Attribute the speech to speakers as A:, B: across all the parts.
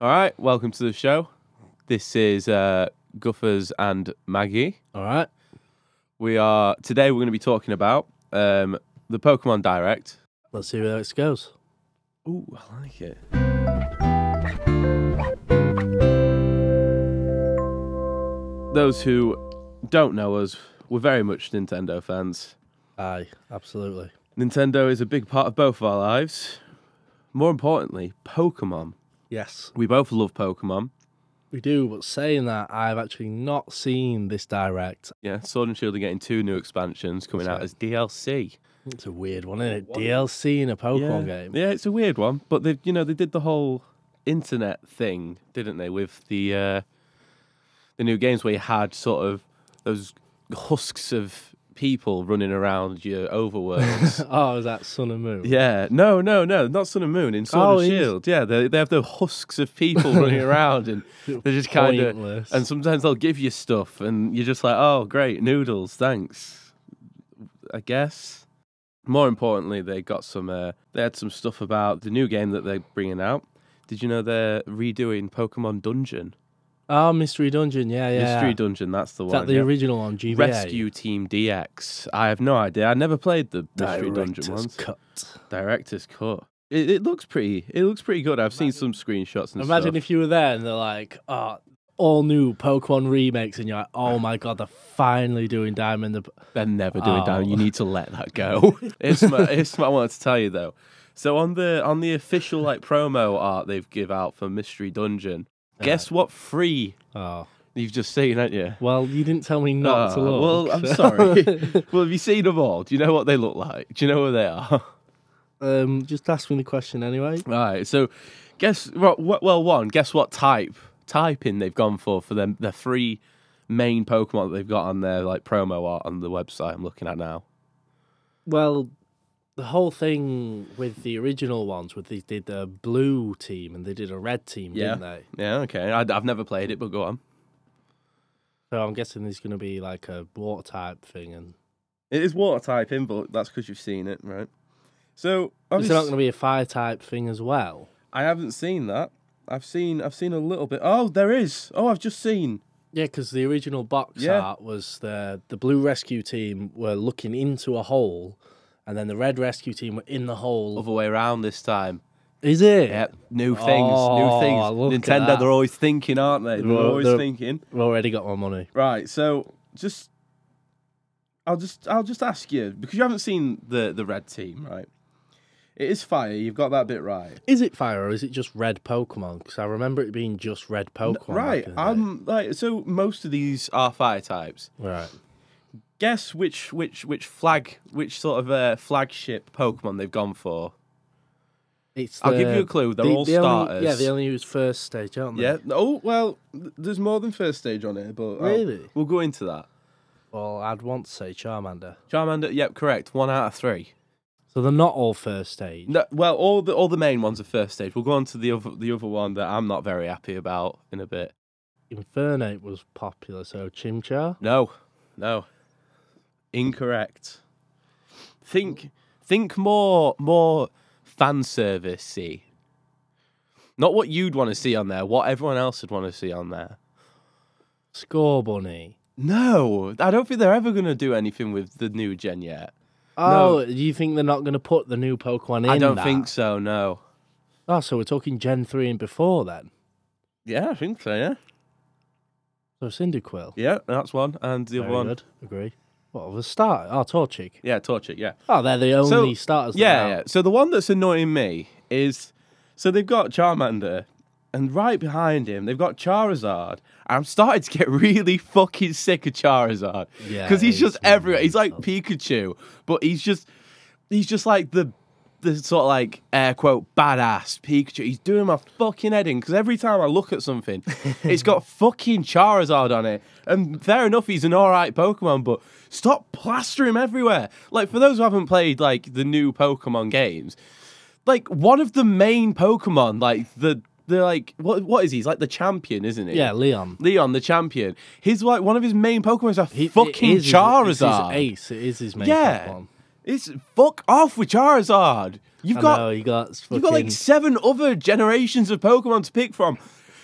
A: All right, welcome to the show. This is uh, Guffers and Maggie.
B: All right.
A: We are today. We're going to be talking about um, the Pokemon Direct.
B: Let's see where this goes.
A: Ooh, I like it. Those who don't know us, we're very much Nintendo fans.
B: Aye, absolutely.
A: Nintendo is a big part of both of our lives. More importantly, Pokemon.
B: Yes,
A: We both love Pokemon.
B: we do. But saying that, I've actually not seen this direct.
A: Yeah, Sword and Shield are getting two new expansions coming out as DLC.
B: It's a weird one, isn't it? DLC in a Pokemon game.
A: Yeah, it's a weird one, but they you know they did the whole internet thing, didn't they, with the uh, the new games where you had sort of those husks of people running around your overworlds.
B: Oh, is that Sun and Moon?
A: yeah, no, no, no, not Sun and Moon in Sword
B: Oh,
A: and
B: it is.
A: Shield. Yeah, they they have the husks of people running around, and they're just kind of
B: Pointless.
A: and sometimes they'll give you stuff, and you're just like, oh, great noodles, thanks. I guess. More importantly, they got some. Uh, they had some stuff about the new game that they're bringing out. Did you know they're redoing Pokemon Dungeon?
B: Oh, Mystery Dungeon. Yeah, yeah.
A: Mystery Dungeon, that's the
B: Is
A: one.
B: that the
A: yeah.
B: original on GBA?
A: Rescue Team DX. I have no idea. I never played the Mystery
B: Director's
A: Dungeon ones.
B: cut.
A: Director's cut. It, it looks pretty. It looks pretty good. I've seen some screenshots and
B: Imagine
A: stuff.
B: if you were there and they're like, oh, all new Pokemon remakes, and you're like, oh my god, they're finally doing Diamond. The... P-"
A: They're never doing
B: Oh.
A: down. You need to let that go. it's my, it's my, I wanted to tell you though. So on the on the official like promo art they've give out for Mystery Dungeon, guess what? Free
B: Oh,
A: you've just seen, haven't you?
B: well, you didn't tell me not to
A: Ah,
B: look.
A: Well, I'm sorry. well, have you seen them all? Do you know what they look like? Do you know where they are?
B: um, just ask me the question anyway.
A: Right. So, guess well, well, one. Guess what type typing they've gone for for them the three main Pokemon that they've got on their like promo art on the website I'm looking at now.
B: Well, the whole thing with the original ones, with they did a blue team and they did a red team,
A: Yeah.
B: didn't they?
A: Yeah. Okay. I, I've never played it, but go on.
B: So I'm guessing there's going to be like a water type thing, and
A: It is water type in, but that's because you've seen it, right? So
B: is
A: obviously,
B: there not going to be a fire type thing as well?
A: I haven't seen that. I've seen I've seen a little bit. Oh, there is. Oh, I've just seen.
B: Yeah, because the original box
A: Yeah.
B: art was the the blue rescue team were looking into a hole, and then the red rescue team were in the hole.
A: Other way around this time.
B: Is it?
A: Yep. New things.
B: Oh,
A: new
B: look
A: things.
B: at
A: Nintendo.
B: that.
A: They're always thinking, aren't they? They're
B: They're-
A: always
B: they're-
A: thinking.
B: I've already got my money.
A: Right. So just, I'll just I'll just ask you because you haven't seen the the red team, right? It is fire. You've got that bit right.
B: Is it fire or is it just red Pokemon? Because I remember it being just red Pokemon. back
A: right.
B: in the day.
A: I'm like so. Most of these are fire types.
B: right.
A: Guess which which which flag which sort of uh, flagship Pokemon they've gone for.
B: It's
A: I'll give
B: the-
A: you a clue. They're all starters.
B: Only, yeah, they only use first stage, aren't they?
A: Yeah. Oh well, th- there's more than first stage on here, but I'll-
B: Really?
A: we'll go into that.
B: Well, I'd want to say Charmander.
A: Charmander. Yep, correct. One out of three.
B: So they're not all first stage.
A: No, well, all the all the main ones are first stage. We'll go on to the other the other one that I'm not very happy about in a bit.
B: Infernape was popular, so Chimchar.
A: No, no, incorrect. Think think more more fan servicey. Not what you'd want to see on there. What everyone else would want to see on there.
B: Score Bunny.
A: No, I don't think they're ever going to do anything with the new gen yet. No.
B: Oh, do you think they're not going to put the new Pokemon in?
A: I don't
B: that?
A: think so. No.
B: Oh, so we're talking Gen 3 and before then.
A: Yeah, I think so. Yeah,
B: So Cyndaquil.
A: yeah, that's one, and the
B: Very
A: other one.
B: good. Agree. What, of the start? Oh, Torchic.
A: Yeah, Torchic. Yeah.
B: Oh, they're the
A: So-
B: only starters. that
A: Yeah,
B: are out.
A: yeah. So the one that's annoying me is so they've got Charmander, and right behind him they've got Charizard. And I'm starting to get really fucking sick of Charizard
B: Yeah,
A: because he's just
B: he's
A: everywhere. He's like Pikachu, but he's just he's just like the the sort of like air quote badass Pikachu. He's doing my fucking head in because every time I look at something, it's got fucking Charizard on it. And fair enough, he's an alright Pokemon, but stop plastering him everywhere. Like for those who haven't played like the new Pokemon games, like one of the main Pokemon, like the the like what what is he? He's like the champion, isn't he?
B: Yeah, Leon.
A: Leon the champion. His like one of his main Pokemon is a
B: He- it
A: fucking
B: is his-
A: Charizard.
B: It's his ace. It is his main
A: Yeah.
B: Pokemon.
A: It's fuck off with Charizard. You've
B: I
A: got
B: know, you got fucking,
A: you've got like seven other generations of Pokemon to pick from.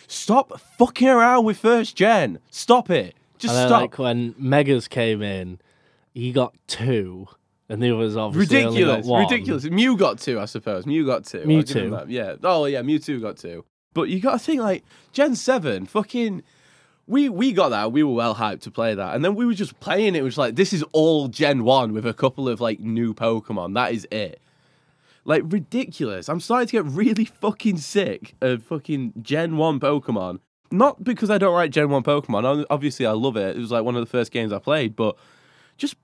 A: Stop fucking around with first gen. Stop it. Just
B: I know,
A: stop.
B: like when Megas came in, he got two, and the others obviously only got
A: ridiculous,
B: one.
A: ridiculous. Mew got two, I suppose. Mew got two. I'll give
B: Mewtwo.
A: him that. yeah. Oh yeah, Mewtwo got two. But you got to think like Gen Seven, fucking. We we got that. We were well hyped to play that, and then we were just playing it. It was like this is all Gen One with a couple of like new Pokemon. That is it. Like ridiculous. I'm starting to get really fucking sick of fucking Gen One Pokemon. Not because I don't like Gen One Pokemon. ob- Obviously, I love it. It was like one of the first games I played, but just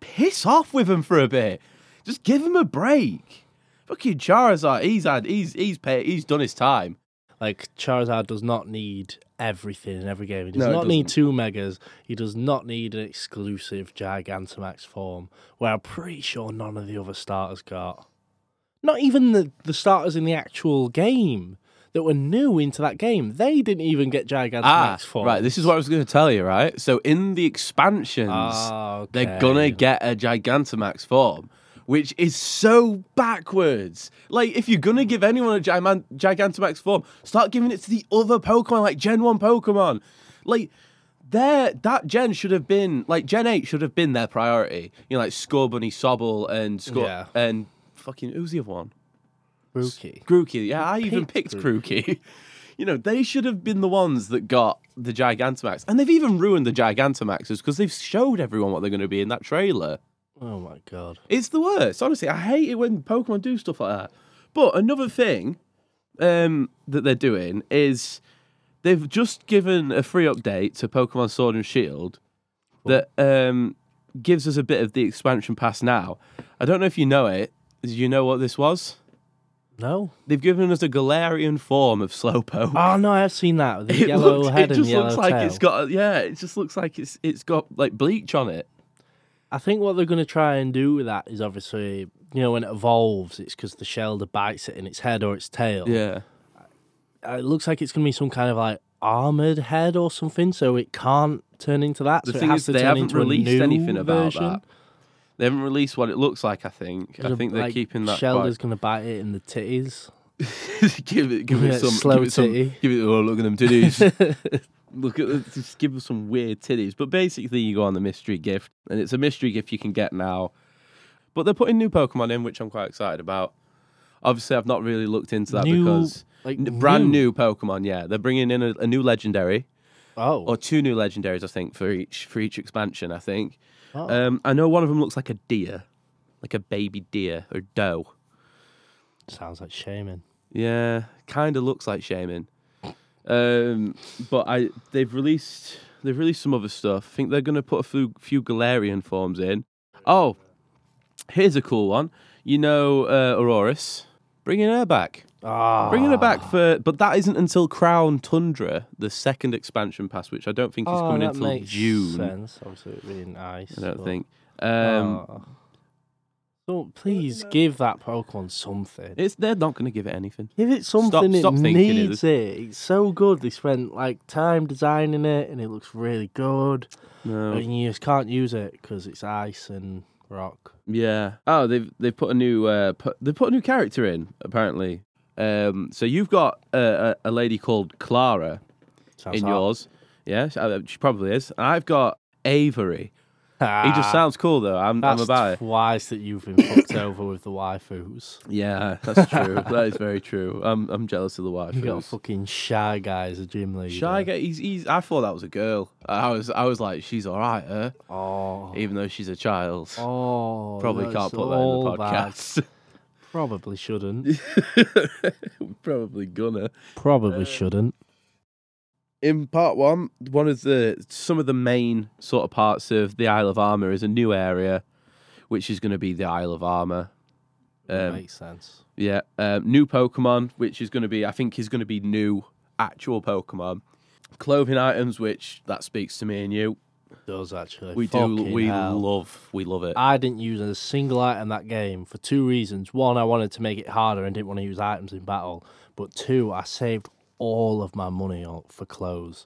A: piss off with him for a bit. Just give him a break. Fucking Charizard, he's had, he's he's paid, he's done his time.
B: Like Charizard does not need everything in every game. He does
A: No, it
B: not need
A: doesn't.
B: two megas. He does not need an exclusive Gigantamax form, where I'm pretty sure none of the other starters got. Not even the, the starters in the actual game that were new into that game. They didn't even get Gigantamax
A: Ah,
B: form.
A: right. This is what I was going to tell you. Right. So in the expansions,
B: Ah,
A: they're
B: okay.
A: gonna get a Gigantamax form, which is so backwards. Like, if you're gonna give anyone a Giman- Gigantamax form, start giving it to the other Pokemon, like Gen One Pokemon. Like, there that Gen should have been like Gen Eight should have been their priority. You know, like Scorbunny, Sobble, and Scor-
B: Yeah.
A: and fucking who's the other one?
B: Rookie.
A: Grookey. Yeah, I even picked
B: picked
A: Grookey. You know, they should have been the ones that got the Gigantamax. And they've even ruined the Gigantamaxes because they've showed everyone what they're going to be in that trailer.
B: Oh my god.
A: It's the worst. Honestly, I hate it when Pokemon do stuff like that. But another thing um, that they're doing is they've just given a free update to Pokemon Sword and Shield that um, gives us a bit of the expansion pass now. I don't know if you know it. Do you know what this was?
B: No.
A: They've given us a Galarian form of Slowpoke.
B: Oh no, I have seen that. with The
A: it
B: yellow
A: looks,
B: head
A: it
B: and
A: just
B: yellow
A: looks like
B: tail.
A: it's got yeah. It just looks like it's it's got like bleach on it.
B: I think what they're going to try and do with that is obviously, you know, when it evolves, it's because the shelter bites it in its head or its tail.
A: Yeah,
B: Uh, It looks like it's going to be some kind of like armored head or something, so it can't turn into that.
A: the
B: so it
A: thing
B: has
A: is,
B: to
A: they
B: turn
A: haven't
B: into a
A: released
B: new
A: anything about
B: version.
A: that. They haven't released what it looks like. I think. I think they're
B: Like,
A: keeping that.
B: Shelter's going to bite it in the titties.
A: quite- give it, give
B: Yeah,
A: it some
B: slow
A: give it some,
B: titty.
A: Give it. Oh, look at them titties. look at the- just give us some weird titties. But basically, you go on the mystery gift, and it's a mystery gift you can get now. But they're putting new Pokemon in, which I'm quite excited about. Obviously, I've not really looked into that
B: New-
A: because
B: like
A: N- brand new Pokemon. Yeah, they're bringing in a, a new legendary
B: Oh,
A: or two new legendaries, I think, for each for each expansion. I think.
B: Oh.
A: Um, I know one of them looks like a deer, like a baby deer or doe.
B: sounds like shaming.
A: Yeah, kind of looks like Shaman. Um, but I they've released they've released some other stuff. I think they're going to put a few, few Galarian forms in. Oh, here's a cool one. You know, uh, Auroris, bringing her back.
B: Ah,
A: Bringing her back for, but that isn't until Crown Tundra, the second expansion pass, which I don't think is
B: oh,
A: coming
B: that
A: until
B: makes
A: June.
B: Sense. Obviously, it'd be nice.
A: I don't
B: but-
A: think. Um,
B: Oh. Don't please give that Pokemon something.
A: It's they're not going to give it anything.
B: Give it something it
A: stop thinking it.
B: needs. It. It's so good. They spent like time designing it, and it looks really good.
A: No.
B: And you just can't use it because it's ice and rock.
A: Yeah. Oh, they've they've put a new uh, put, they put a new character in apparently. Um, so you've got uh, a, a lady called Clara
B: Sounds
A: in
B: hot.
A: yours. Yeah, she, uh, she probably is. And I've got Avery.
B: Ah,
A: He just sounds cool though. I'm, I'm
B: that's
A: about it.
B: twice that you've been fucked over with the waifus.
A: Yeah, that's true. that is very true. I'm I'm jealous of the wife.
B: You got fucking shy guy as a gym leader.
A: Shy guy. He's, he's. I thought that was a girl. I was. I was like, she's all right, huh?
B: Oh,
A: Even though she's a child.
B: oh.
A: Probably
B: that's
A: can't put that in the
B: all bad.
A: podcast.
B: Probably shouldn't.
A: Probably gonna.
B: Probably shouldn't.
A: in part one, one of the some of the main sort of parts of the Isle of Armor is a new area, which is going to be the Isle of Armor. Um,
B: Makes sense.
A: Yeah, um, new Pokemon, which is going to be I think is going to be new actual Pokemon. Clothing items, which that speaks to me and you.
B: Does actually.
A: We do,
B: Fucking
A: we
B: hell.
A: love, we love it.
B: I didn't use a single item that game for two reasons. One, I wanted to make it harder and didn't want to use items in battle. But two, I saved all of my money on- for clothes.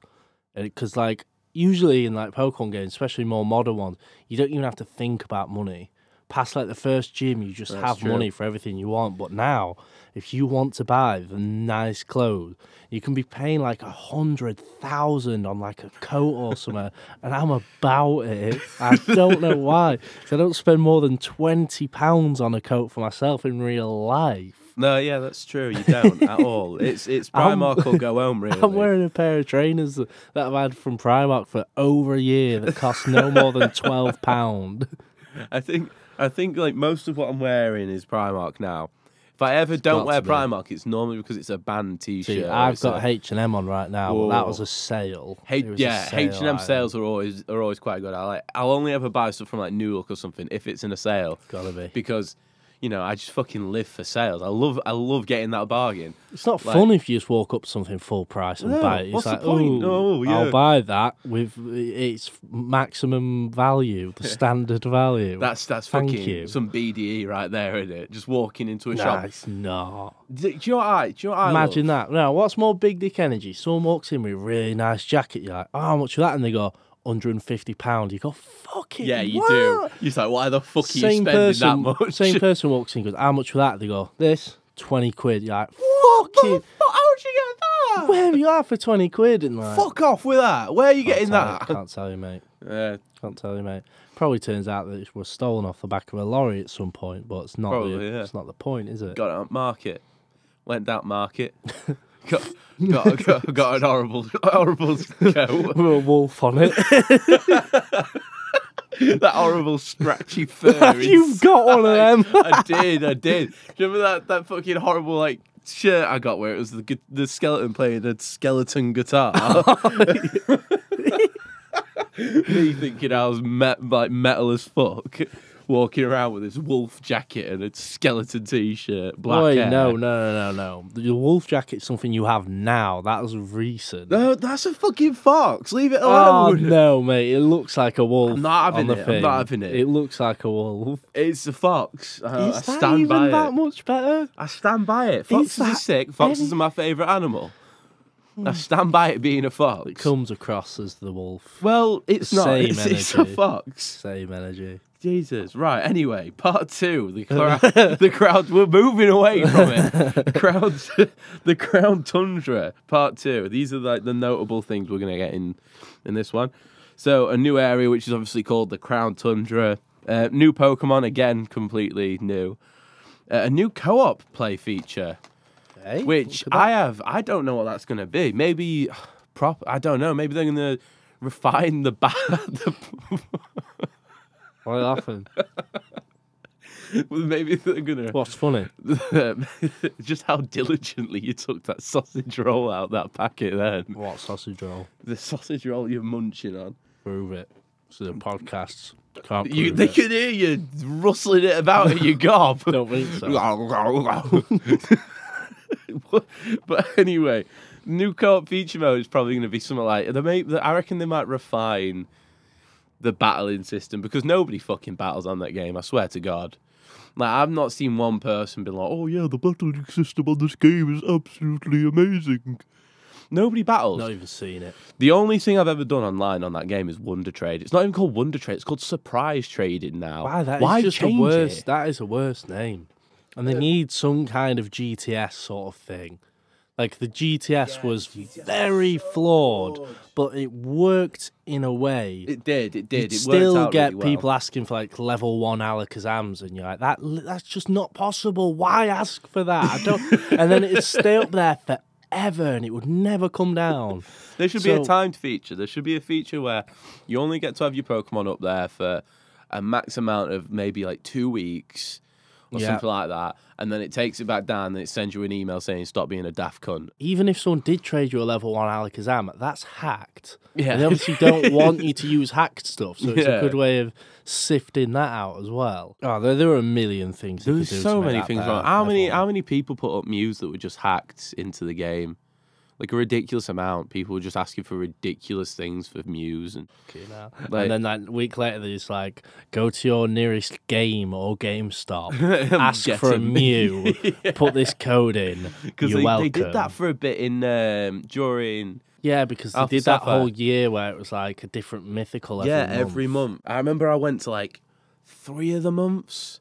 B: Because, like, usually in like Pokemon games, especially more modern ones, you don't even have to think about money past like the first gym, you just
A: That's
B: have
A: true.
B: money for everything you want. But now, if you want to buy the nice clothes, you can be paying like a hundred thousand on like a coat or something. and I'm about it. I don't know why. 'Cause I don't spend more than twenty pounds on a coat for myself in real life.
A: No, yeah, that's true. You don't at all. It's it's Primark or go home, really.
B: I'm wearing a pair of trainers that that I've had from Primark for over a year that cost no more than twelve pound.
A: I think I think like most of what I'm wearing is Primark now. If I ever don't
B: got
A: wear
B: to be.
A: Primark, it's normally because it's a banned T-shirt.
B: See,
A: or
B: I've
A: it's a-
B: got H and M on right now. but That
A: Whoa.
B: was a sale.
A: H-
B: It was a
A: yeah,
B: sale
A: H and M
B: item.
A: sales are always are always quite good. I like. I'll only ever buy stuff from like New Look or something if it's in a sale.
B: Gotta be.
A: because you know I just fucking live for sales. I love I love getting that bargain.
B: It's not
A: like-
B: fun if you just walk up to something full price and
A: No,
B: buy it. It's
A: what's the
B: like,
A: point?
B: "Ooh,
A: No, yeah."
B: I'll buy that with its maximum value, the standard value.
A: That's that's
B: Thank
A: fucking
B: you.
A: some BDE right there, isn't it? Just walking into a
B: nah,
A: shop.
B: it's not.
A: Do, do you know what I? Do you know what I
B: Imagine
A: love?
B: that. Now, what's more big dick energy? Someone walks in with a really nice jacket. You're like, oh, how much of that? And they go, £150. You go, fuck it.
A: Yeah, you
B: what?
A: do. You're just like, why the fuck are you
B: Same
A: spending
B: person,
A: that much?
B: same person walks in goes, how much for that? They go, this, 20 quid. You're like, fucking,
A: How would you get that?
B: where are you at for 20 quid? And like,
A: Fuck off with that. Where are you
B: can't
A: getting
B: tell-
A: that?
B: Can't tell you, mate.
A: Yeah,
B: Can't tell you, mate. Probably turns out that it was stolen off the back of a lorry at some point, but it's not. the,
A: Probably, yeah.
B: It's not the point, is it?
A: got it up market. Went down market. got, got, got, got an horrible, horrible coat.
B: With a wolf on it.
A: that horrible scratchy fur.
B: You've got one of them.
A: I did, I did. Do you remember that, that fucking horrible like shirt I got where it was the gu- the skeleton playing a skeleton guitar?
B: Oh,
A: Me thinking I was met, like metal as fuck, walking around with this wolf jacket and a skeleton t-shirt, black
B: Boy,
A: hair.
B: no, no, no, no, no. The wolf jacket's something you have now. That was recent.
A: no, that's a fucking fox. Leave it
B: Oh
A: alone.
B: no, mate! It looks like a wolf.
A: I'm not having
B: on the
A: it, I'm
B: thing.
A: not having it.
B: It looks like a wolf.
A: It's a fox. I, I
B: Oh, Is that
A: stand
B: even
A: by
B: that
A: it.
B: much better?
A: I stand by it. Foxes are
B: that
A: sick. Foxes
B: any-
A: are my favourite animal. I stand by it being a fox.
B: Comes across as the wolf.
A: Well, it's not.
B: Same
A: It's, it's a
B: energy.
A: fox.
B: Same energy.
A: Jesus. Right. Anyway, part two. The crowd. the crowd. We're moving away from it. The crowds. the crown tundra. Part two. These are like the notable things we're gonna get in in this one. So a new area, which is obviously called the crown tundra. Uh, new Pokemon again, completely new. Uh, a new co-op play feature.
B: Hey,
A: Which
B: look at
A: I have, I don't know what that's going to be. Maybe prop. I don't know. Maybe they're going to refine the, ba- the
B: that. Why are you laughing?
A: maybe they're going
B: What's funny?
A: to just how diligently you took that sausage roll out that packet. Then
B: What sausage roll?
A: the sausage roll you're munching on.
B: Prove it. So the podcasts can't prove
A: You, they
B: it.
A: can hear you rustling it about in your gob.
B: Don't think so.
A: but anyway, new co-op feature mode is probably going to be something like they may, I reckon they might refine the battling system because nobody fucking battles on that game. I swear to God. Like I've not seen one person be like, "Oh yeah, the battling system on this game is absolutely amazing." Nobody battles.
B: Not even seen it.
A: The only thing I've ever done online on that game is Wonder Trade. It's not even called Wonder Trade. It's called Surprise Trading now.
B: Why that is just the
A: change
B: worst.
A: it?
B: That is a worse name. And they need some kind of GTS sort of thing. Like the GTS was very flawed, but it worked in a way.
A: It did. It did.
B: You'd
A: it worked
B: still
A: out
B: get
A: really well.
B: people asking for like level one Alakazams, and you're like, that that's just not possible. Why ask for that? I don't. and then it'd stay up there forever, and it would never come down.
A: There should be a
B: So-
A: timed feature. There should be a feature where you only get to have your Pokemon up there for a max amount of maybe like two weeks or
B: Yeah.
A: something like that, and then it takes it back down and it sends you an email saying stop being a daft cunt.
B: Even if someone did trade you a level one Alakazam, that's hacked.
A: Yeah.
B: And they obviously don't want you to use hacked stuff, so it's
A: Yeah.
B: a good way of sifting that out as well. Oh, there, there are a million things. you
A: There's
B: could do
A: so
B: to make
A: many
B: that
A: things
B: better.
A: wrong. How many
B: Level
A: how many people put up mews that were just hacked into the game? Like a ridiculous amount. People were just asking for ridiculous things for mews and
B: you know.
A: Like-
B: and then that week later, they just like go to your nearest game or GameStop, ask
A: Get
B: for a
A: him.
B: Mew, put this code in.
A: Because
B: You're
A: they,
B: welcome.
A: they did that for a bit in um, during
B: yeah, because they
A: Alpha
B: did that
A: Sapphire.
B: whole year where it was like a different mythical. Every
A: yeah
B: month.
A: every month. I remember I went to like three of the months,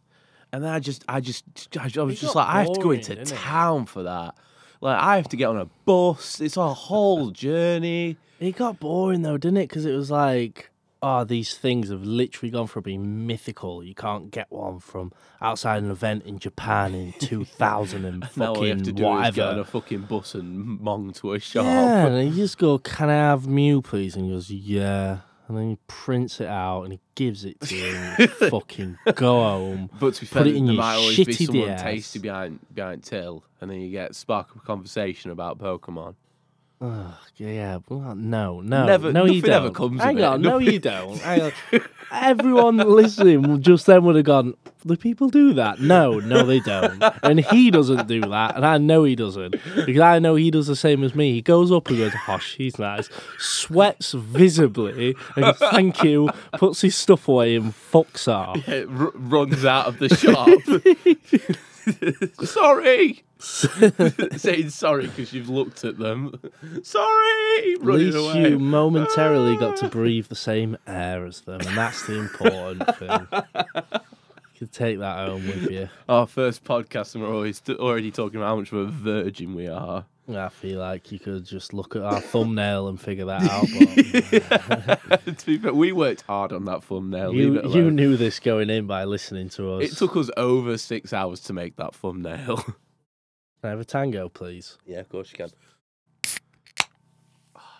A: and then I just, I just, I was
B: It
A: just
B: got
A: like, I have to go
B: boring,
A: into
B: didn't it?
A: town for that. Like, I have to get on a bus. It's a whole journey.
B: It got boring though, didn't it? Because it was like, oh, these things have literally gone from being mythical. You can't get one from outside an event in Japan in 2000 and
A: Now all you have to
B: fucking
A: do is get on
B: whatever.
A: a fucking bus and mong to a shop.
B: Yeah, and you just go, can I have Mew, please? And he goes, yeah. And then he prints it out and he gives it to you. and you fucking go home.
A: But to be
B: Put
A: fair,
B: it in
A: there
B: your
A: might always be
B: shitty
A: someone
B: DS.
A: tasty behind behind Till, and then you get spark up a conversation about Pokemon.
B: Ugh, yeah, well, no, no,
A: Never-
B: no, you
A: nothing
B: don't.
A: ever comes of
B: Hang
A: it.
B: on, no, you don't. Hang on. Everyone listening just then would have gone. Do people do that? No, no, they don't. and he doesn't do that, and I know he doesn't because I know he does the same as me. He goes up and goes, "Hush, he's nice," sweats visibly, and goes, thank you, puts his stuff away, and fucks off.
A: It r- runs out of the shop. sorry, saying sorry because you've looked at them. Sorry,
B: At
A: running
B: least
A: away.
B: you momentarily got to breathe the same air as them, and that's the important thing. You can take that home with you.
A: Our first podcast, and we're always t- already talking about how much of a virgin we are.
B: I feel like you could just look at our thumbnail and figure that out.
A: to be fair, we worked hard on that thumbnail.
B: But
A: leave
B: you
A: it
B: you
A: alone.
B: knew this going in by listening to us.
A: it took us over six hours to make that thumbnail.
B: Can I have a tango, please?
A: yeah, of course you can.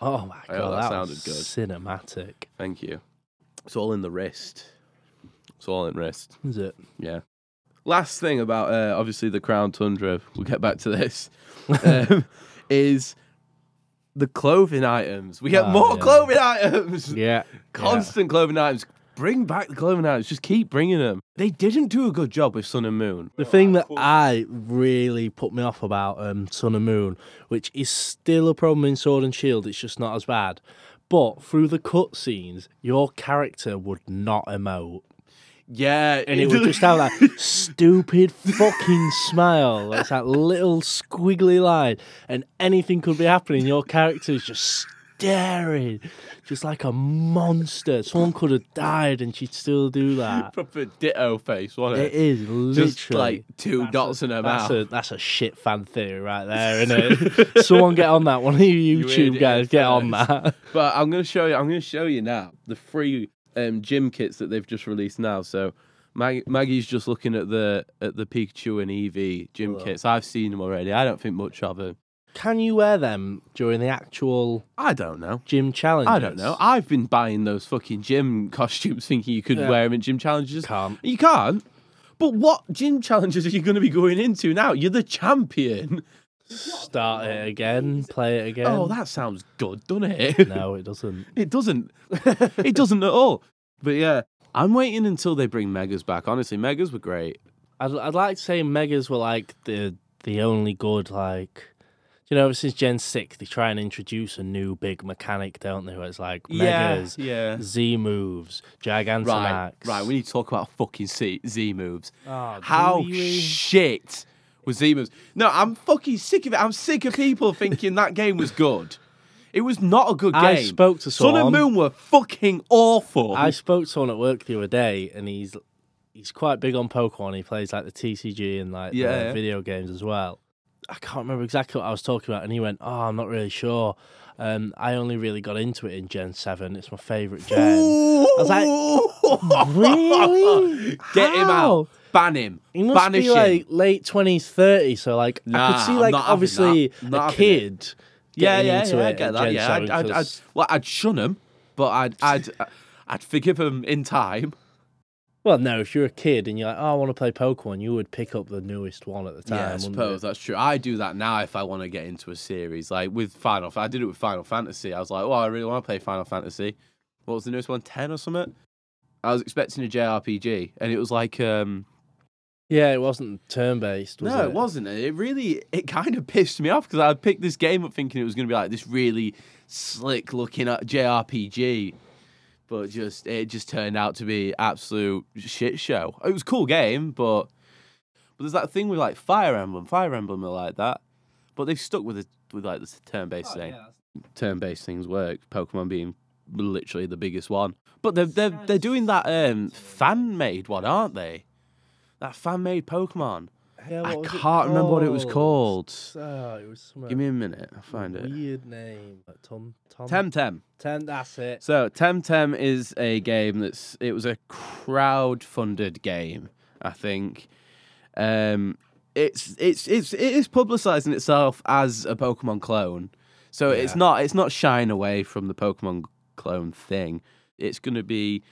B: Oh my
A: Oh,
B: god,
A: that
B: that,
A: sounded
B: was
A: good.
B: cinematic.
A: Thank you. It's all in the wrist. It's all in wrist.
B: Is it?
A: Yeah. Last thing about uh, obviously the Crown Tundra. We'll get back to this. um, is the clothing items? We get
B: Ah,
A: more
B: yeah.
A: clothing items.
B: Yeah.
A: Constant clothing items. Bring back the clothing items. Just keep bringing them. They didn't do a good job with Sun and Moon.
B: The thing that I really put me off about um, Sun and Moon, which is still a problem in Sword and Shield, it's just not as bad. But through the cutscenes, your character would not emote.
A: Yeah,
B: and it would just have that stupid fucking smile. That's that little squiggly line, and anything could be happening. Your character is just staring, just like a monster. Someone could have died, and she'd still do that.
A: proper ditto face, wasn't it?
B: It is literally
A: Just like two dots in her mouth.
B: that's a that's a shit fan theory right there, isn't it? Someone get on that. One of you YouTube
A: idiot
B: guys, get on
A: first.
B: that.
A: But I'm gonna show you. I'm gonna show you now the free um, gym kits that they've just released now. So Mag- Maggie's just looking at the at the Pikachu and Eevee gym kits. I've seen them already. I don't think much of them.
B: Can you wear them during the actual
A: I don't know.
B: gym challenge?
A: I don't know. I've been buying those fucking gym costumes, thinking you could
B: Yeah.
A: wear them in gym challenges.
B: Can't.
A: You can't. But what gym challenges are you going to be going into now? You're the champion.
B: Start it again. Play it again.
A: Oh, that sounds good, doesn't it?
B: No, it doesn't.
A: It doesn't. it doesn't at all. But yeah, I'm waiting until they bring Megas back. Honestly, Megas were great.
B: I'd, I'd like to say Megas were like the the only good like. You know, ever since Gen Six, they try and introduce a new big mechanic, don't they? Where it's like Megas,
A: yeah.
B: Z moves, Gigantamax.
A: Right, right. We need to talk about fucking C- Z moves.
B: Oh, do
A: How
B: we?
A: shit was Z moves? No, I'm fucking sick of it. I'm sick of people thinking that game was good. It was not a good game.
B: I spoke to
A: Sun and
B: someone-
A: Moon were fucking awful.
B: I spoke to someone at work the other day, and he's he's quite big on Pokemon. He plays like the TCG and like the
A: Yeah, yeah.
B: video games as well. I can't remember exactly what I was talking about, and he went, "Oh, I'm not really sure. Um, I only really got into it in Gen Seven. It's my favorite gen." I was like, Really?
A: Get him out. Ban him.
B: He must
A: Banish
B: be
A: him.
B: like late twenties, thirties. So like, I
A: Nah,
B: could see
A: I'm
B: like
A: not having
B: obviously
A: that. Not
B: a
A: having
B: kid.
A: yeah,
B: getting
A: yeah,
B: into
A: yeah.
B: it
A: I get
B: at
A: that.
B: Gen
A: Yeah,
B: 7
A: I'd, I'd, I'd,
B: 'cause-
A: well, I'd shun him, but I'd, I'd, I'd forgive him in time.
B: Well, no, if you're a kid and you're like, oh, I want to play Pokemon, you would pick up the newest one at the time.
A: Yeah, I
B: wouldn't
A: suppose that's true. I do that now if I want to get into a series, like with Final. I did it with Final Fantasy. I was like, "Oh, I really want to play Final Fantasy." What was the newest one? Ten or something? I was expecting a JRPG, and it was like, um,
B: you? Yeah, it wasn't turn based. Was
A: no, it wasn't. It really, it kind of pissed me off because I picked this game up thinking it was going to be like this really slick looking uh, at JRPG, but just it just turned out to be absolute shit show. It was a cool game, but but there's that thing with like Fire Emblem. Fire Emblem are like that,
B: Oh,
A: Oh, but they've stuck with the with like the turn based thing. Turn based things work. Pokemon being literally the biggest one. But they're they're, they're doing that um, fan made one, aren't they? That fan made Pokemon.
B: Yeah,
A: I
B: was it
A: can't remember what it was called.
B: Oh, it was some
A: Give me a minute, I'll find it.
B: weird name. Like Tom, Tom,
A: Temtem.
B: Ten, that's it.
A: So Temtem is a game that's it was a crowd funded game, I think. Um it's it's it's it is publicizing itself as a Pokemon clone. So it's
B: Yeah.
A: not it's not shying away from the Pokemon clone thing. It's going to be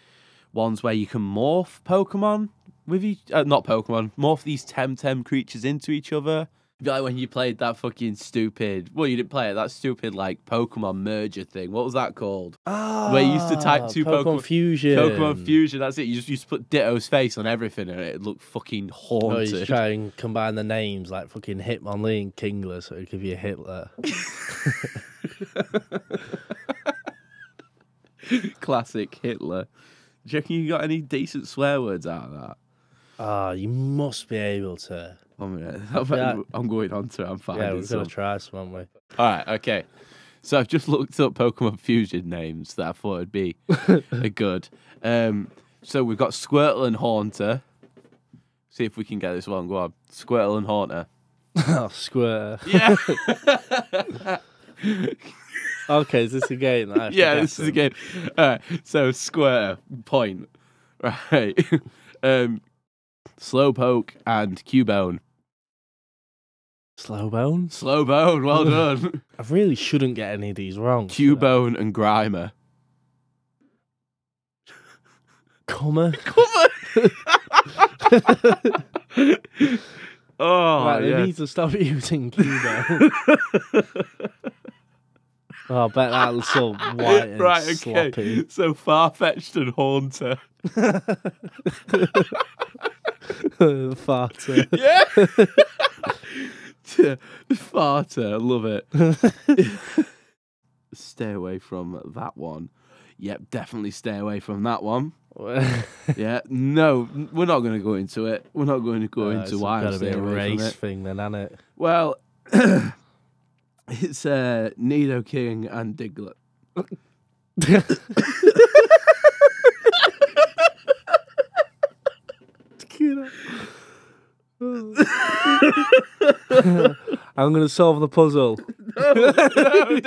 A: ones where you can morph Pokemon with each uh, not Pokemon, morph these Temtem creatures into each other. It'd be Like when you played that fucking stupid, well, you didn't play it, that stupid like Pokemon merger thing. What was that called?
B: Ah,
A: Where you used to type two
B: Pokemon,
A: Pokemon-
B: Fusion.
A: Pokemon Fusion, that's it. You just, you just put Ditto's face on everything and it looked fucking
B: Oh, you should
A: haunted.
B: try and combine the names like fucking Hitmonlee and Kingler, so it'll give you Hitler.
A: Classic Hitler. Do you reckon you got any decent swear words out of that?
B: Ah, you must be able to.
A: One minute. I'm,
B: Yeah.
A: I'm going on to it. I'm
B: Yeah, we're
A: finding
B: gonna
A: some.
B: try some, aren't we?
A: All right, okay. So I've just looked up Pokemon Fusion names that I thought would be a good. Um, so we've got Squirtle and Haunter. See if we can get this one. Go on. Squirtle and Haunter.
B: oh, square.
A: Yeah.
B: Okay, is this a game? that I have to
A: yeah,
B: guess
A: this is a
B: in?
A: game. All right, so square point, right? um, slowpoke and Cubone.
B: Slowbones?
A: Slowbone, well done.
B: I really shouldn't get any of these wrong. should I?
A: Cubone and Grimer.
B: Comma.
A: Oh,
B: Right,
A: yeah.
B: They need to stop using Cuba. oh, I bet that'll so white and
A: right, okay.
B: sloppy.
A: So far-fetched and Haunter.
B: Farter.
A: Yeah. Farter, love it. stay away from that one. Yep, definitely stay away from that one. Yeah, no, n- we're not going to go into it. We're not going to go
B: Uh,
A: into
B: it's
A: why I'm
B: gotta be
A: staying
B: a
A: away from
B: race
A: it.
B: thing, then, ain't it?
A: Well, it's uh, Nido King and Diglett.
B: I'm gonna solve the puzzle.
A: no,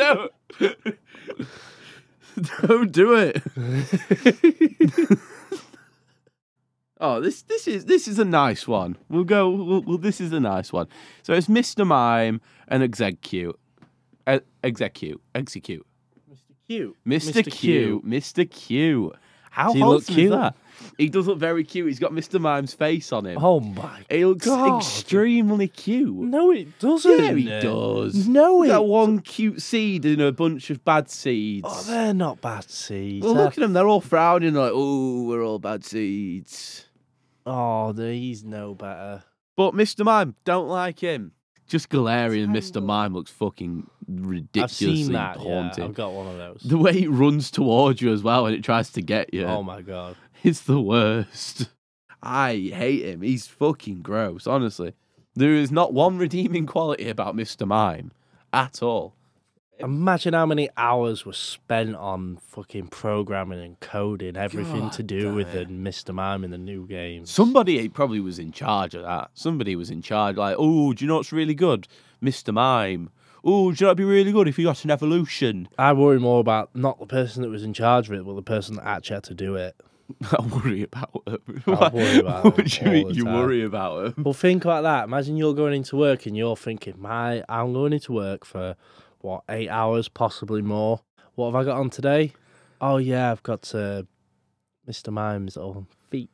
A: don't. don't do it. oh, this this is this is a nice one. We'll go. We'll, we'll, this is a nice one. So it's Mr. Mime and execute, uh, execute, execute.
B: Cute.
A: Mr. Q. Mr. Q. How
B: Does he look
A: wholesome
B: cute?
A: is that? He does look very cute. He's got Mr. Mime's face on him.
B: Oh my.
A: he looks
B: God.
A: extremely cute.
B: No, it doesn't.
A: Yeah, he does.
B: No, it.
A: that one cute seed in a bunch of bad seeds.
B: Oh, they're not bad seeds.
A: well,
B: They're-
A: look at them. They're all frowning like, oh, we're all bad seeds.
B: Oh, the- he's no better.
A: But Mr. Mime, don't like him. Just Galarian Mr. Mime looks fucking ridiculously
B: I've seen that. Yeah,
A: haunting.
B: I've got one of those.
A: The way he runs towards you as well when it tries to get you.
B: Oh my god.
A: It's the worst. I hate him. He's fucking gross, honestly. There is not one redeeming quality about Mr. Mime at all.
B: Imagine how many hours were spent on fucking programming and coding, everything to
A: God
B: do
A: damn
B: with the
A: it.
B: Mr. Mime in the new game.
A: Somebody probably was in charge of that. Somebody was in charge, like, oh, do you know what's really good? Mr. Mime. Oh, do you know what'd be really good if you got an evolution?
B: I worry more about not the person that was in charge of it, but the person that actually had to do it.
A: I worry about it.
B: I worry about
A: what do you
B: him all
A: mean
B: the
A: you
B: time.
A: worry about him?
B: Well, think about that. Imagine you're going into work and you're thinking, "My, I'm going into work for what eight hours, possibly more. What have I got on today? Oh yeah, I've got uh, Mr. Mime's little feet.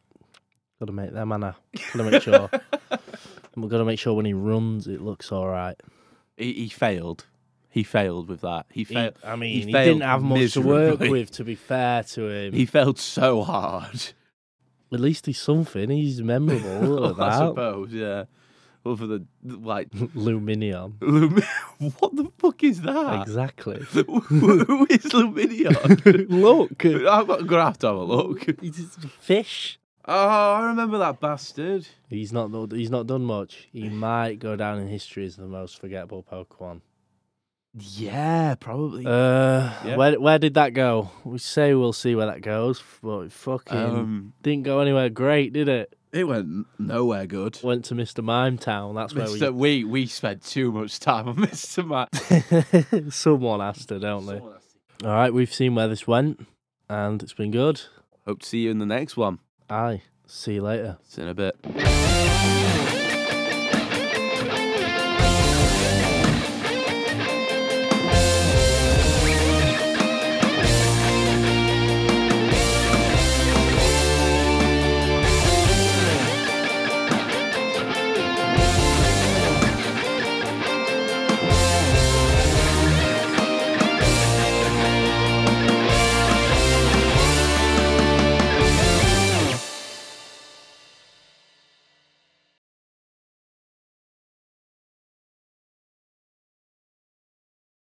B: Got to make them, Anna. Got to make sure. and we've got to make sure when he runs, it looks all right.
A: He, he failed. He failed with that. He
B: He-
A: failed.
B: I mean, he,
A: failed
B: didn't have much to work
A: miserably.
B: with. To be fair to him,
A: He failed so hard.
B: at least he's something. He's memorable.
A: Well,
B: Look
A: I
B: at that.
A: suppose, yeah. Well, for the like,
B: Luminion.
A: lum- what the fuck is that?
B: Exactly.
A: Who is Luminion?
B: Look,
A: I'm gonna have to have a look.
B: it's fish.
A: Oh, I remember that bastard.
B: He's not he's not done much. He might go down in history as the most forgettable Pokemon.
A: Yeah, probably.
B: Uh,
A: Yeah.
B: where where did that go? We say we'll see where that goes, but it fucking
A: Um,
B: didn't go anywhere great, did it?
A: it went nowhere good.
B: Went to Mr. Mime Town. That's where
A: Mr. We we spent too much time on Mr. Matt.
B: we. Someone has to, don't they? All right, we've seen where this went, and it's been good.
A: Hope to see you in the next one.
B: Aye. See you later.
A: See you in a bit.